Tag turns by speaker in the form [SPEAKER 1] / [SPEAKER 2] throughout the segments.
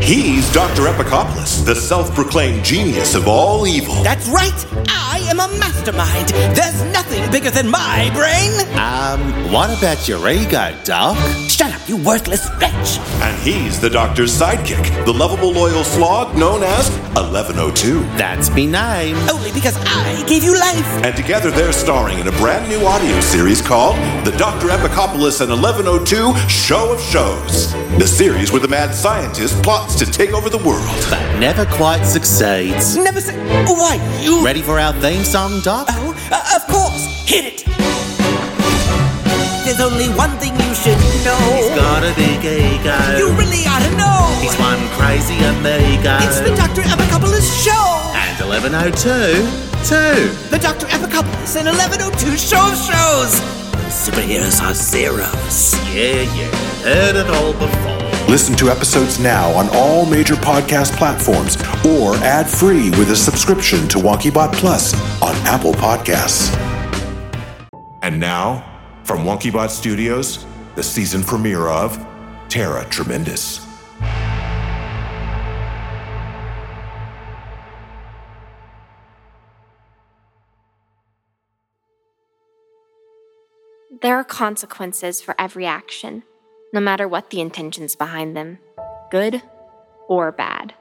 [SPEAKER 1] He's Dr. Epicopoulos, the self proclaimed genius of all evil.
[SPEAKER 2] That's right! I am a mastermind! There's nothing bigger than my brain!
[SPEAKER 3] Um, what about your ego, Doc?
[SPEAKER 2] Shut up, you worthless wretch!
[SPEAKER 1] And he's the doctor's sidekick, the lovable loyal slog known as 1102.
[SPEAKER 3] That's me name.
[SPEAKER 2] Only because I gave you life!
[SPEAKER 1] And together they're starring in a brand new audio series called The Dr. Epicopoulos and 1102 Show of Shows. The series where the mad scientist plots to take over the world.
[SPEAKER 3] But never quite succeeds.
[SPEAKER 2] Never say. Why, you.
[SPEAKER 3] Ready for our theme song, Doc?
[SPEAKER 2] Oh, uh, of course! Hit it! There's only one thing you should
[SPEAKER 3] He's
[SPEAKER 2] know.
[SPEAKER 3] got a big
[SPEAKER 2] You
[SPEAKER 3] ego.
[SPEAKER 2] really ought to know!
[SPEAKER 3] He's one crazy amigo.
[SPEAKER 2] It's the Dr. Epicopoulos Show!
[SPEAKER 3] And 1102, 2.
[SPEAKER 2] The Dr. Epicopoulos and 1102 Show of Shows! Superheroes are zeros.
[SPEAKER 3] Yeah, yeah, heard it all before.
[SPEAKER 1] Listen to episodes now on all major podcast platforms or ad free with a subscription to WonkyBot Plus on Apple Podcasts. And now, from WonkyBot Studios, the season premiere of Terra Tremendous.
[SPEAKER 4] There are consequences for every action, no matter what the intentions behind them good or bad.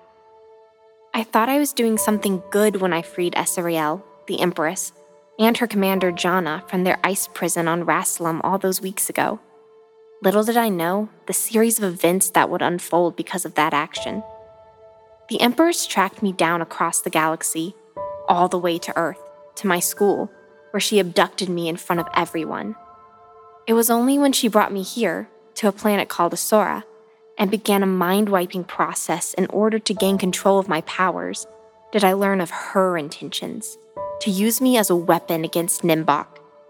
[SPEAKER 4] I thought I was doing something good when I freed Essariel, the Empress, and her commander Janna from their ice prison on Rassilum all those weeks ago. Little did I know the series of events that would unfold because of that action. The Emperors tracked me down across the galaxy, all the way to Earth, to my school, where she abducted me in front of everyone. It was only when she brought me here, to a planet called Asora, and began a mind wiping process in order to gain control of my powers, did I learn of her intentions to use me as a weapon against Nimbok,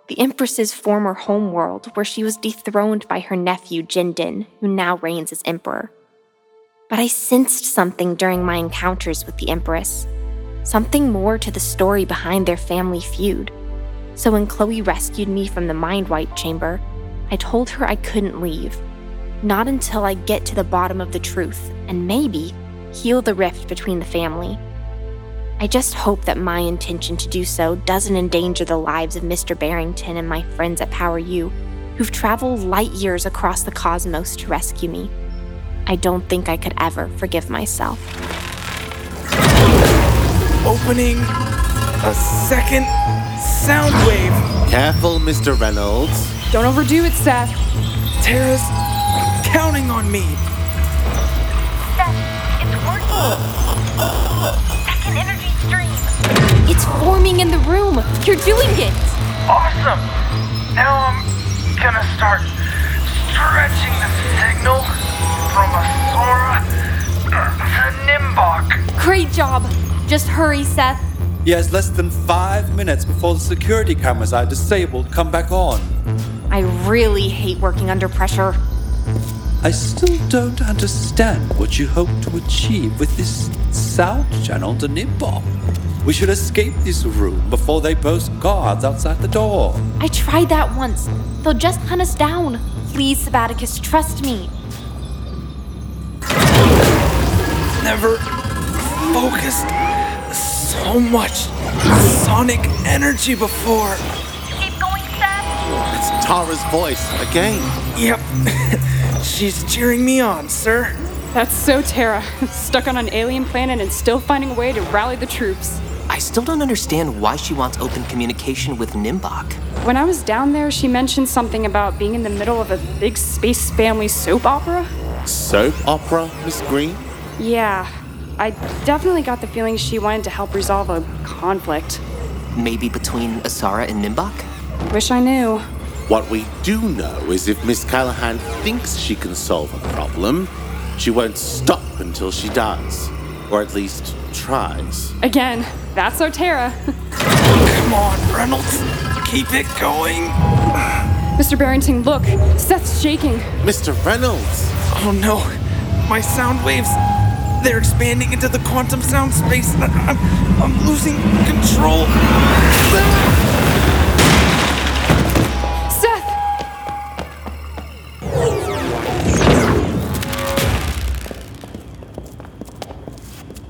[SPEAKER 4] the Empress's former homeworld where she was dethroned by her nephew Jindin, who now reigns as Emperor. But I sensed something during my encounters with the Empress, something more to the story behind their family feud. So when Chloe rescued me from the mind wipe chamber, I told her I couldn't leave. Not until I get to the bottom of the truth and maybe heal the rift between the family. I just hope that my intention to do so doesn't endanger the lives of Mr. Barrington and my friends at Power U, who've traveled light years across the cosmos to rescue me. I don't think I could ever forgive myself.
[SPEAKER 5] opening a second sound wave.
[SPEAKER 3] Careful, Mr. Reynolds.
[SPEAKER 6] Don't overdo it, Seth.
[SPEAKER 5] Terra's counting on me.
[SPEAKER 7] Seth, it's working. Second energy stream.
[SPEAKER 4] It's forming in the room! You're doing it!
[SPEAKER 5] Awesome. Now I'm gonna start stretching the signal from Asora to Nimbok.
[SPEAKER 4] Great job! Just hurry, Seth.
[SPEAKER 8] Yes, less than five minutes before the security cameras I disabled come back on.
[SPEAKER 4] I really hate working under pressure.
[SPEAKER 8] I still don't understand what you hope to achieve with this sound channel to Nimbok. We should escape this room before they post guards outside the door.
[SPEAKER 4] I tried that once. They'll just hunt us down. Please, Sabbaticus, trust me.
[SPEAKER 5] Never focused so much sonic energy before.
[SPEAKER 7] Keep going, Seth.
[SPEAKER 3] It's Tara's voice again.
[SPEAKER 5] Yep. She's cheering me on, sir.
[SPEAKER 6] That's so Terra. Stuck on an alien planet and still finding a way to rally the troops.
[SPEAKER 9] I still don't understand why she wants open communication with Nimbok.
[SPEAKER 6] When I was down there, she mentioned something about being in the middle of a big space family soap opera.
[SPEAKER 3] Soap opera, Miss Green?
[SPEAKER 6] Yeah, I definitely got the feeling she wanted to help resolve a conflict.
[SPEAKER 9] Maybe between Asara and Nimbok?
[SPEAKER 6] Wish I knew.
[SPEAKER 3] What we do know is if Miss Callahan thinks she can solve a problem, she won't stop until she does. Or at least tries.
[SPEAKER 6] Again, that's our Terra.
[SPEAKER 5] Come on, Reynolds. Keep it going.
[SPEAKER 6] Mr. Barrington, look. Seth's shaking.
[SPEAKER 3] Mr. Reynolds!
[SPEAKER 5] Oh no, my sound waves. They're expanding into the quantum sound space. I- I'm, I'm losing control.
[SPEAKER 6] Seth!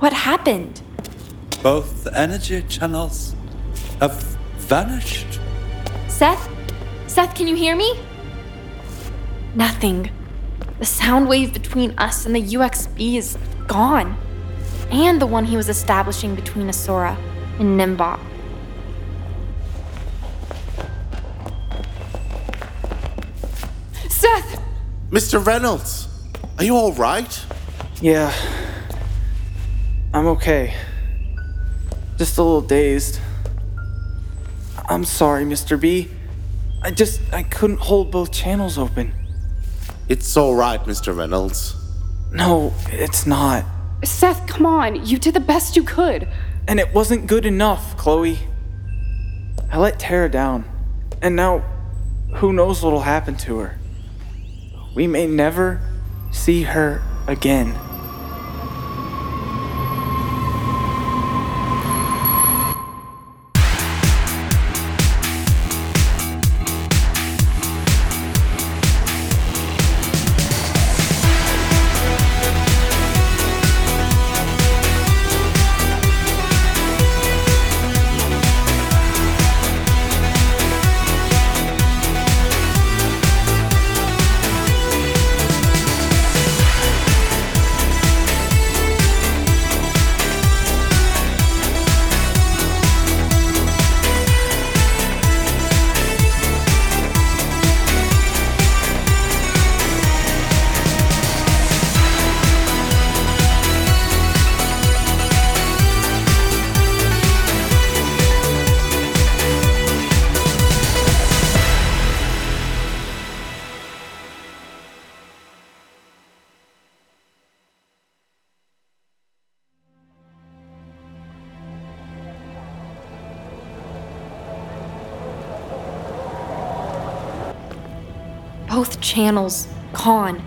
[SPEAKER 4] What happened?
[SPEAKER 8] Both energy channels have vanished.
[SPEAKER 4] Seth? Seth, can you hear me? Nothing. The sound wave between us and the UXB is gone. And the one he was establishing between Asura and Nimbot.
[SPEAKER 6] Seth!
[SPEAKER 3] Mr. Reynolds, are you all right?
[SPEAKER 5] Yeah. I'm okay. Just a little dazed. I'm sorry, Mr. B. I just I couldn't hold both channels open.
[SPEAKER 3] It's all right, Mr. Reynolds.
[SPEAKER 5] No, it's not.
[SPEAKER 6] Seth, come on. You did the best you could.
[SPEAKER 5] And it wasn't good enough, Chloe. I let Tara down. And now who knows what'll happen to her? We may never see her again.
[SPEAKER 4] Both channels gone.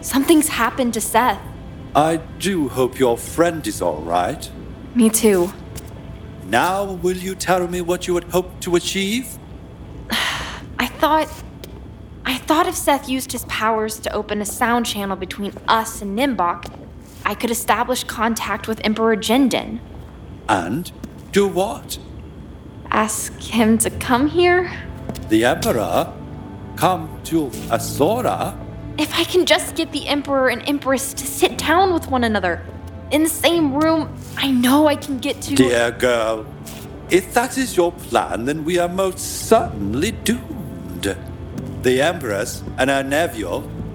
[SPEAKER 4] Something's happened to Seth.
[SPEAKER 8] I do hope your friend is all right.
[SPEAKER 4] Me too.
[SPEAKER 8] Now, will you tell me what you had hoped to achieve?
[SPEAKER 4] I thought. I thought if Seth used his powers to open a sound channel between us and Nimbok, I could establish contact with Emperor Jindin.
[SPEAKER 8] And do what?
[SPEAKER 4] Ask him to come here?
[SPEAKER 8] The Emperor? Come to Asora?
[SPEAKER 4] If I can just get the Emperor and Empress to sit down with one another in the same room, I know I can get to.
[SPEAKER 8] Dear girl, if that is your plan, then we are most certainly doomed. The Empress and her nephew,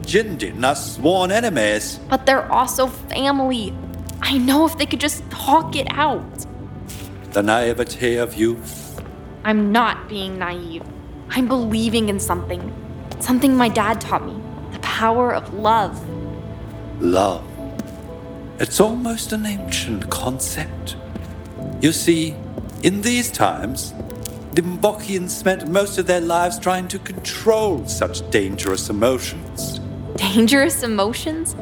[SPEAKER 8] Jindin, are sworn enemies.
[SPEAKER 4] But they're also family. I know if they could just talk it out.
[SPEAKER 8] The naivete of youth.
[SPEAKER 4] I'm not being naive. I'm believing in something. Something my dad taught me the power of love.
[SPEAKER 8] love. It's almost an ancient concept. You see, in these times, the Mbokians spent most of their lives trying to control such dangerous emotions.
[SPEAKER 4] Dangerous emotions?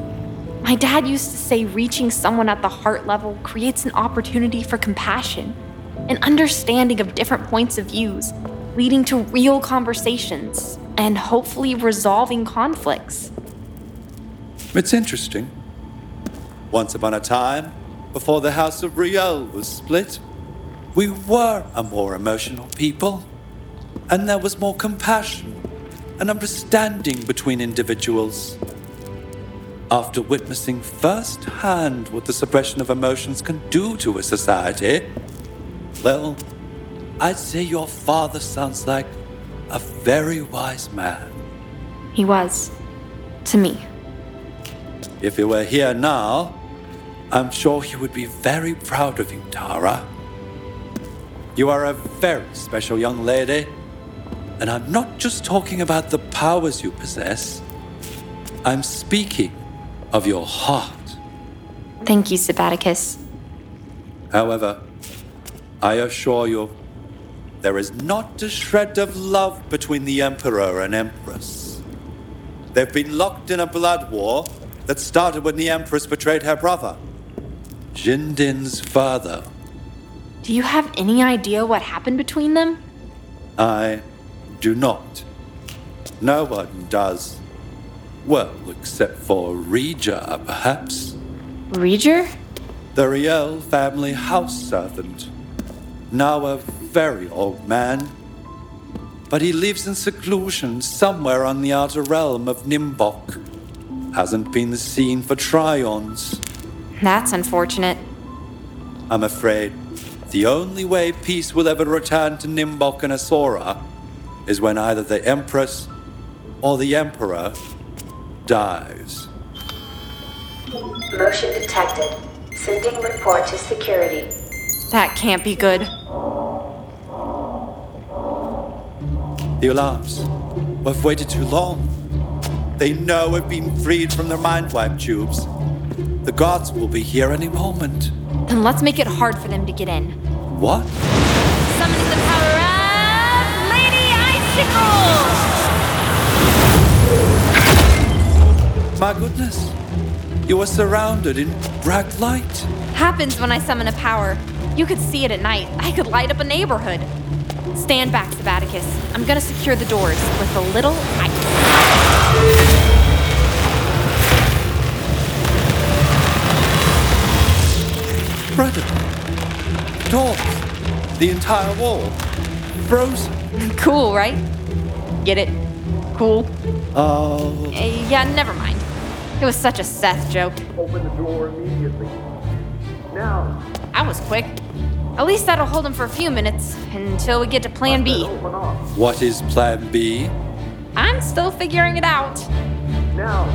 [SPEAKER 4] My dad used to say reaching someone at the heart level creates an opportunity for compassion, an understanding of different points of views, leading to real conversations, and hopefully resolving conflicts.
[SPEAKER 8] It's interesting. Once upon a time, before the House of Riel was split, we were a more emotional people, and there was more compassion and understanding between individuals. After witnessing firsthand what the suppression of emotions can do to a society, well, I'd say your father sounds like a very wise man.
[SPEAKER 4] He was. To me.
[SPEAKER 8] If he were here now, I'm sure he would be very proud of you, Tara. You are a very special young lady, and I'm not just talking about the powers you possess, I'm speaking of your heart.
[SPEAKER 4] Thank you, Sabaticus.
[SPEAKER 8] However, I assure you, there is not a shred of love between the Emperor and Empress. They've been locked in a blood war that started when the Empress betrayed her brother, Jindin's father.
[SPEAKER 4] Do you have any idea what happened between them?
[SPEAKER 8] I do not. No one does. Well, except for Regia, perhaps.
[SPEAKER 4] Reger?
[SPEAKER 8] the Riel family house servant, now a very old man. But he lives in seclusion somewhere on the outer realm of Nimbok. Hasn't been seen for tryons.
[SPEAKER 4] That's unfortunate.
[SPEAKER 8] I'm afraid the only way peace will ever return to Nimbok and Asora is when either the Empress or the Emperor dies.
[SPEAKER 10] Motion detected. Sending report to security.
[SPEAKER 4] That can't be good.
[SPEAKER 8] The alarms. We've waited too long. They know we've been freed from their mind wipe tubes. The guards will be here any moment.
[SPEAKER 4] Then let's make it hard for them to get in.
[SPEAKER 8] What?
[SPEAKER 7] Summons the power of Lady Icicle!
[SPEAKER 8] My goodness. You were surrounded in bright light.
[SPEAKER 4] Happens when I summon a power. You could see it at night. I could light up a neighborhood. Stand back, Sabaticus. I'm gonna secure the doors with a little ice.
[SPEAKER 8] Brother. Doors. The entire wall. Frozen.
[SPEAKER 4] Cool, right? Get it? Cool?
[SPEAKER 8] Oh.
[SPEAKER 4] Uh, yeah, never mind. It was such a Seth joke.
[SPEAKER 11] Open the door immediately. Now,
[SPEAKER 4] I was quick. At least that'll hold him for a few minutes until we get to Plan B.
[SPEAKER 11] open up.
[SPEAKER 8] What is plan B?
[SPEAKER 4] I'm still figuring it out.
[SPEAKER 11] Now.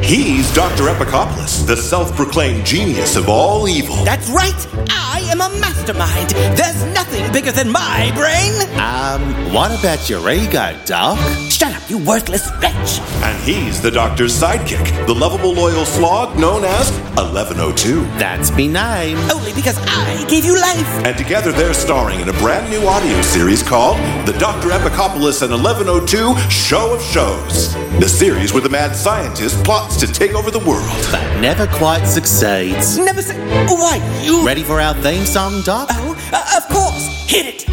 [SPEAKER 1] He's Dr. Epicopoulos, the self proclaimed genius of all evil.
[SPEAKER 2] That's right! I am a mastermind! There's nothing bigger than my brain!
[SPEAKER 3] Um, what about your ego, Doc?
[SPEAKER 2] Shut up, you worthless wretch!
[SPEAKER 1] And he's the doctor's sidekick, the lovable loyal slog known as 1102.
[SPEAKER 3] That's me name.
[SPEAKER 2] Only because I gave you life!
[SPEAKER 1] And together they're starring in a brand new audio series called The Dr. Epicopoulos and 1102 Show of Shows. The series where the mad scientist plots to take over the world.
[SPEAKER 3] But never quite succeeds.
[SPEAKER 2] Never say. Why, you.
[SPEAKER 3] Ready for our theme song, Doc?
[SPEAKER 2] Oh, uh, of course! Hit it!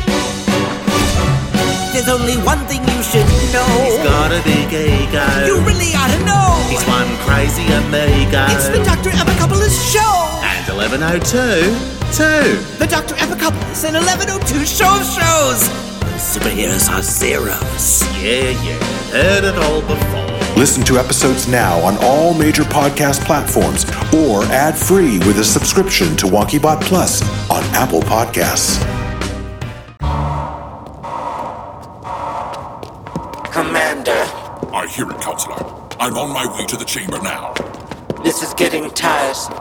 [SPEAKER 2] There's only one thing you should know.
[SPEAKER 3] Got a big
[SPEAKER 2] You
[SPEAKER 3] ego.
[SPEAKER 2] really ought to know!
[SPEAKER 3] He's one crazy amigo.
[SPEAKER 2] It's the Dr. Epicopoulos Show!
[SPEAKER 3] And 1102, too.
[SPEAKER 2] The Dr. Epicopoulos and 1102 Show of Shows! Superheroes are zeros.
[SPEAKER 3] Yeah, yeah. Heard it all before.
[SPEAKER 1] Listen to episodes now on all major podcast platforms or ad free with a subscription to WonkyBot Plus on Apple Podcasts.
[SPEAKER 12] Commander,
[SPEAKER 1] I hear it, Counselor. I'm on my way to the chamber now.
[SPEAKER 12] this is getting tiresome.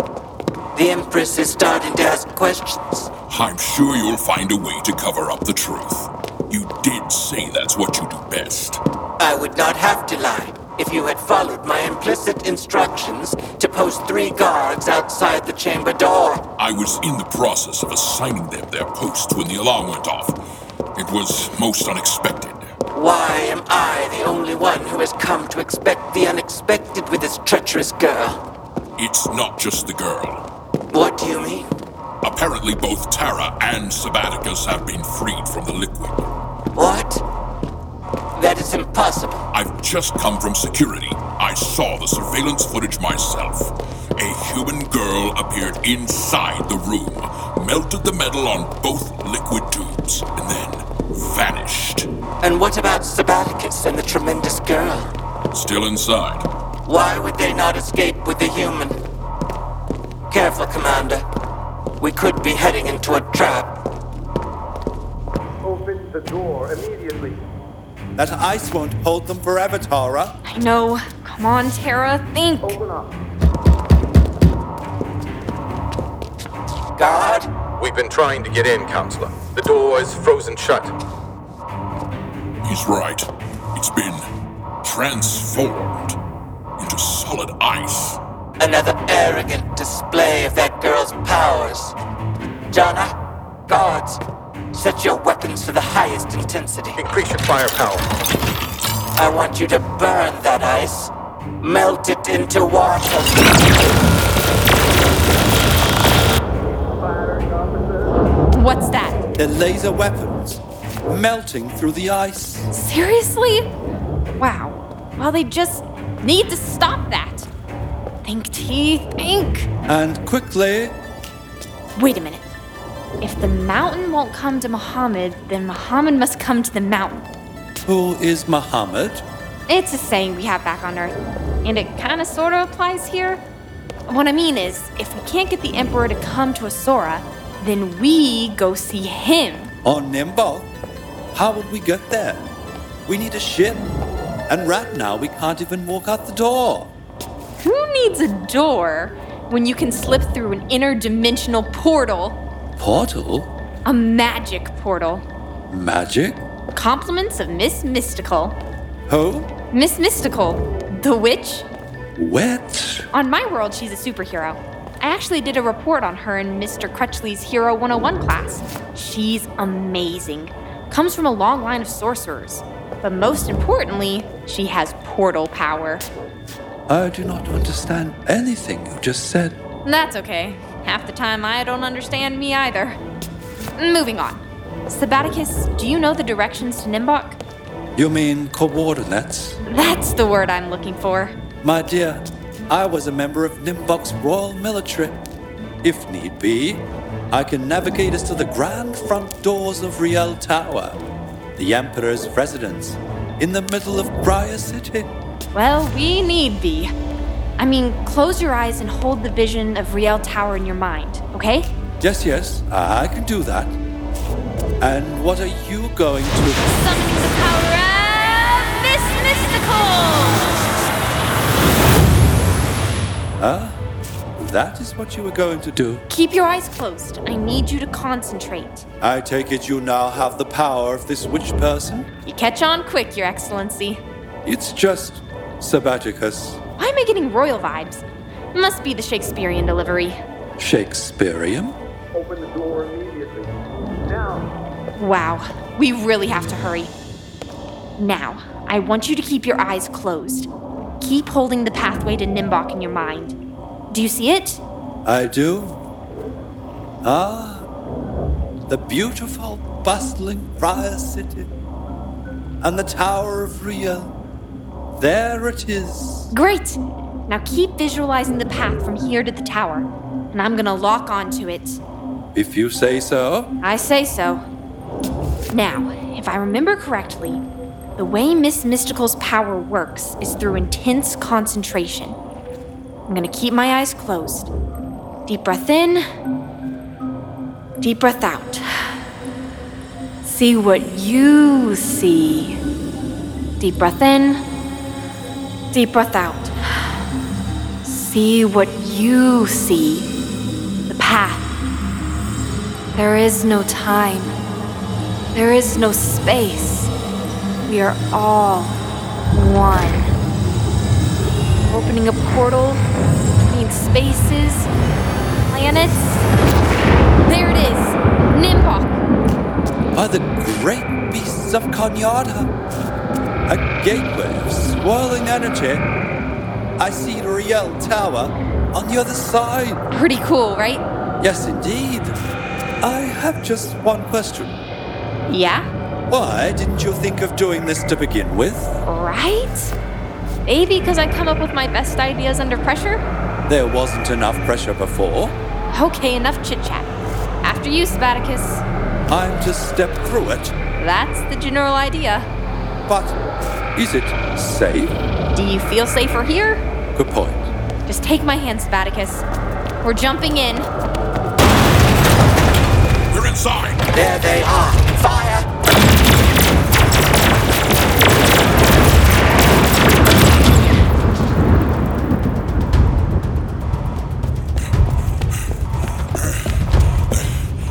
[SPEAKER 12] The Empress is starting to ask questions.
[SPEAKER 11] I'm sure you'll find a way to cover up the truth. You did say that's what you do best.
[SPEAKER 12] I would not have to lie if you had followed my implicit instructions to post three guards outside the chamber door.
[SPEAKER 11] I was in the process of assigning them their posts when the alarm went off. It was most unexpected.
[SPEAKER 12] Why am I the only one who has come to expect the unexpected with this treacherous girl?
[SPEAKER 11] It's not just the girl.
[SPEAKER 12] What do you mean?
[SPEAKER 11] Apparently, both Tara and Sabaticus have been freed from the liquid.
[SPEAKER 12] What? That is impossible.
[SPEAKER 11] I've just come from security. I saw the surveillance footage myself. A human girl appeared inside the room, melted the metal on both liquid tubes, and then vanished.
[SPEAKER 12] And what about Sabaticus and the tremendous girl?
[SPEAKER 11] Still inside.
[SPEAKER 12] Why would they not escape with the human? Careful, Commander. We could be heading into a trap.
[SPEAKER 11] Open the door immediately.
[SPEAKER 8] That ice won't hold them forever, Tara.
[SPEAKER 4] I know. Come on, Tara, think.
[SPEAKER 12] Guard,
[SPEAKER 13] We've been trying to get in, Counselor. The door is frozen shut.
[SPEAKER 11] He's right. It's been transformed into solid ice.
[SPEAKER 12] another arrogant display of that girl's powers. Jana, guards, set your weapons to the highest intensity.
[SPEAKER 13] Increase your firepower.
[SPEAKER 12] I want you to burn that ice, melt it into water.
[SPEAKER 4] What's that?
[SPEAKER 8] Their laser weapons melting through the ice.
[SPEAKER 4] Seriously? Wow. Well, they just need to stop that. Think, T, think.
[SPEAKER 8] And quickly,
[SPEAKER 4] Wait a minute. If the mountain won't come to Muhammad, then Muhammad must come to the mountain.
[SPEAKER 8] who is Muhammad?
[SPEAKER 4] It's a saying we have back on Earth, and it kind of sort of applies here. What I mean is, if we can't get the Emperor to come to Asura, then we go see him.
[SPEAKER 8] On Nimble? How would we get there? We need a ship. And right now, we can't even walk out the door.
[SPEAKER 4] Who needs a door when you can slip through an interdimensional portal?
[SPEAKER 8] Portal?
[SPEAKER 4] A magic portal.
[SPEAKER 8] Magic?
[SPEAKER 4] Compliments of Miss Mystical.
[SPEAKER 8] Who?
[SPEAKER 4] Miss Mystical, the witch
[SPEAKER 8] Wet?
[SPEAKER 4] On my world, she's a superhero. I actually did a report on her in Mr. Crutchley's Hero 101 class. She's amazing. Comes from a long line of sorcerers. But most importantly, she has portal power.
[SPEAKER 8] I do not understand anything you just said.
[SPEAKER 4] That's okay. Half the time, I don't understand me either. Moving on. Sabaticus, do you know the directions to Nimbok?
[SPEAKER 8] You mean coordinates?
[SPEAKER 4] That's the word I'm looking for.
[SPEAKER 8] My dear, I was a member of Nimbok's Royal Military. If need be, I can navigate us to the grand front doors of Riel Tower, the Emperor's residence, in the middle of Briar City.
[SPEAKER 4] Well, we need thee. I mean, close your eyes and hold the vision of Riel Tower in your mind, okay?
[SPEAKER 8] Yes, yes, I can do that. And what are you going to?
[SPEAKER 7] Miss Mystical!
[SPEAKER 8] Ah, that is what you were going to do.
[SPEAKER 4] Keep your eyes closed. I need you to concentrate.
[SPEAKER 8] I take it you now have the power of this witch person?
[SPEAKER 4] You catch on quick, Your Excellency.
[SPEAKER 8] It's just Sabbaticus
[SPEAKER 4] Why am I getting royal vibes? Must be the Shakespearean delivery.
[SPEAKER 8] Shakespearean.
[SPEAKER 14] Open the door immediately. Now.
[SPEAKER 4] Wow, we really have to hurry. Now, I want you to keep your eyes closed. Keep holding the pathway to Nimbok in your mind. Do you see it?
[SPEAKER 8] I do. Ah, the beautiful, bustling Briar City. And the Tower of Rio. There it is.
[SPEAKER 4] Great! Now keep visualizing the path from here to the tower, and I'm gonna lock onto it.
[SPEAKER 8] If you say so.
[SPEAKER 4] I say so. Now, if I remember correctly, the way Miss Mystical's power works is through intense concentration. I'm gonna keep my eyes closed. Deep breath in, deep breath out. See what you see. Deep breath in, deep breath out. See what you see. The path. There is no time. There is no space. We are all one. Opening a portal between spaces, planets. There it is. Nimbok.
[SPEAKER 8] By the great beasts of Kanyada. A gateway of swirling energy. I see the Riel Tower on the other side.
[SPEAKER 4] Pretty cool, right?
[SPEAKER 8] Yes, indeed. I have just one question.
[SPEAKER 4] Yeah?
[SPEAKER 8] Why didn't you think of doing this to begin with?
[SPEAKER 4] Right? Maybe because I come up with my best ideas under pressure?
[SPEAKER 8] There wasn't enough pressure before.
[SPEAKER 4] Okay, enough chit chat. After you, Sabaticus.
[SPEAKER 8] I'm to step through it.
[SPEAKER 4] That's the general idea.
[SPEAKER 8] But is it safe?
[SPEAKER 4] Do you feel safer here?
[SPEAKER 8] Good point.
[SPEAKER 4] Just take my hand, Spaticus. We're jumping in.
[SPEAKER 11] We're inside.
[SPEAKER 12] There they are. Fire!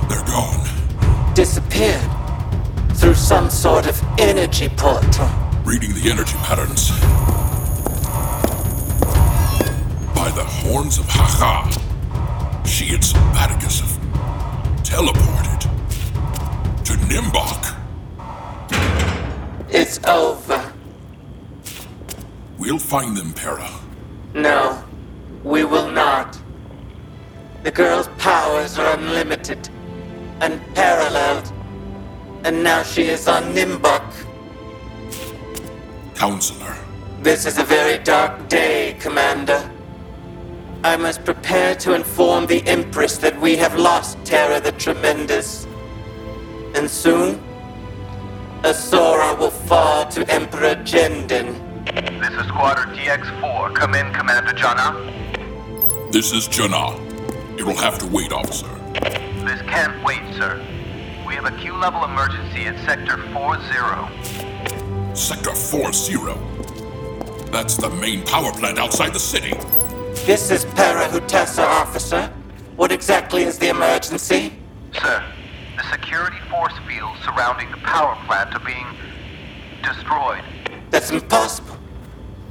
[SPEAKER 11] They're gone.
[SPEAKER 12] Disappeared. Through some sort of energy portal.
[SPEAKER 11] Reading the energy patterns. By the horns of Haha, she and Sympaticus have teleported to Nimbok.
[SPEAKER 12] It's over.
[SPEAKER 11] We'll find them, Para.
[SPEAKER 12] No, we will not. The girl's powers are unlimited, unparalleled, and now she is on Nimbuk.
[SPEAKER 11] Counselor,
[SPEAKER 12] This is a very dark day, Commander. I must prepare to inform the Empress that we have lost Terra the Tremendous. And soon, Asora will fall to Emperor Jenden.
[SPEAKER 15] This is Squadron DX4. Come in, Commander Jana.
[SPEAKER 11] This is Jana. It'll have to wait, officer.
[SPEAKER 15] This can't wait, sir. We have a Q level emergency at Sector 40.
[SPEAKER 11] Sector 4-0. That's the main power plant outside the city.
[SPEAKER 12] This is Para Hutessa, officer. What exactly is the emergency?
[SPEAKER 15] Sir, the security force fields surrounding the power plant are being destroyed.
[SPEAKER 12] That's impossible.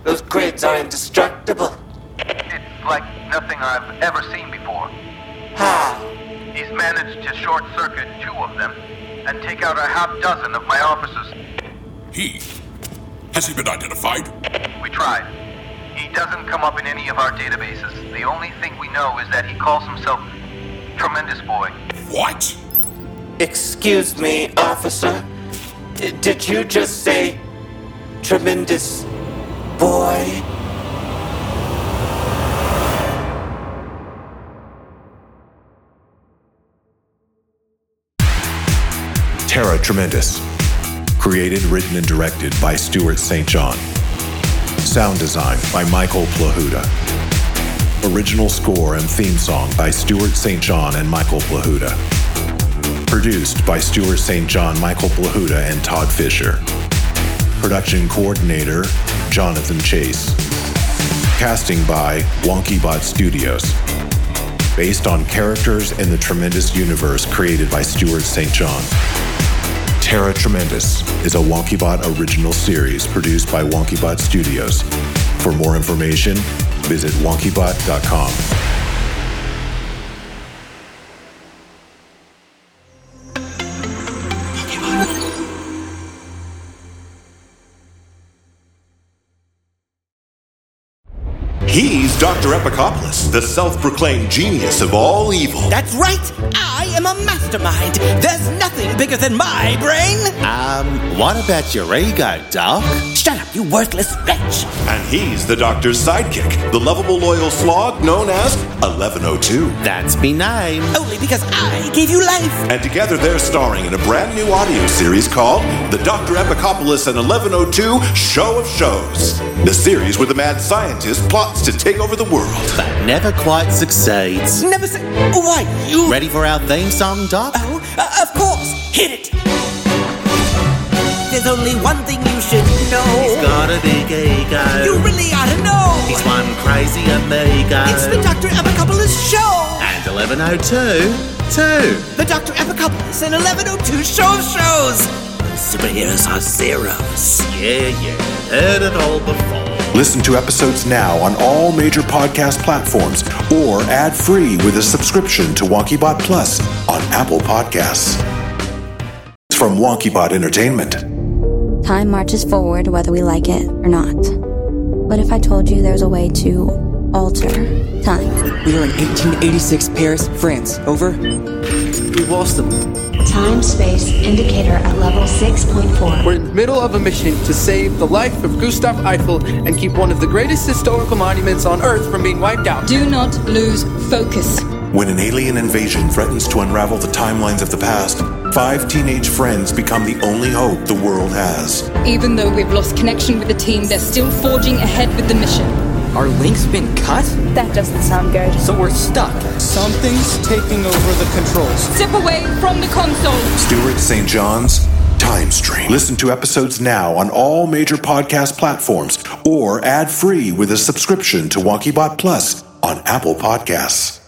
[SPEAKER 12] Those grids are indestructible.
[SPEAKER 15] It's like nothing I've ever seen before.
[SPEAKER 12] Ah,
[SPEAKER 15] He's managed to short circuit two of them and take out a half dozen of my officers.
[SPEAKER 11] He? Has he been identified?
[SPEAKER 15] We tried. He doesn't come up in any of our databases. The only thing we know is that he calls himself Tremendous Boy.
[SPEAKER 11] What?
[SPEAKER 12] excuse me, officer. D- Did you just say tremendous boy?
[SPEAKER 1] Terra Tremendous. Created, written, and directed by Stuart St. John. Sound design by Michael Plahuta. Original score and theme song by Stuart St. John and Michael Plahuta. Produced by Stuart St. John, Michael Plahuta, and Todd Fisher. Production coordinator Jonathan Chase. Casting by WonkyBot Studios based on characters in the tremendous universe created by Stuart St. John. Terra Tremendous is a WonkyBot original series produced by WonkyBot Studios. For more information, visit wonkybot.com. He's Dr. Epicopoulos, the self proclaimed genius of all evil.
[SPEAKER 2] That's right! I am a mastermind! There's nothing bigger than my brain!
[SPEAKER 3] Um, what about your ego, Doc?
[SPEAKER 2] Shut up, you worthless wretch!
[SPEAKER 1] And he's the doctor's sidekick, the lovable loyal slog known as 1102.
[SPEAKER 3] That's me name.
[SPEAKER 2] Only because I gave you life!
[SPEAKER 1] And together they're starring in a brand new audio series called The Dr. Epicopoulos and 1102 Show of Shows. The series where the mad scientist plots to take over the world.
[SPEAKER 3] But never quite succeeds.
[SPEAKER 2] Never say. "Oh, Why, you.
[SPEAKER 3] Ready for our theme song, Doc?
[SPEAKER 2] Uh, of course! Hit it! There's only one thing you should
[SPEAKER 16] He's
[SPEAKER 2] know.
[SPEAKER 16] got a big ego.
[SPEAKER 2] You really ought to know!
[SPEAKER 16] He's one crazy amigo.
[SPEAKER 2] It's the Dr. Epicopoulos Show!
[SPEAKER 16] and 1102, too.
[SPEAKER 2] The Dr. Epicopoulos and 1102 Show of Shows! Superheroes are zeros.
[SPEAKER 16] Yeah, yeah. Heard it all before.
[SPEAKER 1] Listen to episodes now on all major podcast platforms or ad free with a subscription to WonkyBot Plus on Apple Podcasts. It's From WonkyBot Entertainment.
[SPEAKER 17] Time marches forward whether we like it or not. What if I told you there's a way to alter time?
[SPEAKER 18] We are in 1886 Paris, France. Over.
[SPEAKER 9] We lost them.
[SPEAKER 10] Time space indicator at level 6.4.
[SPEAKER 19] We're in the middle of a mission to save the life of Gustav Eiffel and keep one of the greatest historical monuments on Earth from being wiped out.
[SPEAKER 20] Do not lose focus.
[SPEAKER 1] When an alien invasion threatens to unravel the timelines of the past, five teenage friends become the only hope the world has.
[SPEAKER 20] Even though we've lost connection with the team, they're still forging ahead with the mission.
[SPEAKER 18] Our link's been cut,
[SPEAKER 20] That doesn't sound good.
[SPEAKER 18] so we're stuck.
[SPEAKER 21] Something's taking over the controls.
[SPEAKER 20] Step away from the console.
[SPEAKER 1] Stuart St. John's Time Stream. Listen to episodes now on all major podcast platforms or ad free with a subscription to WonkyBot Plus on Apple Podcasts.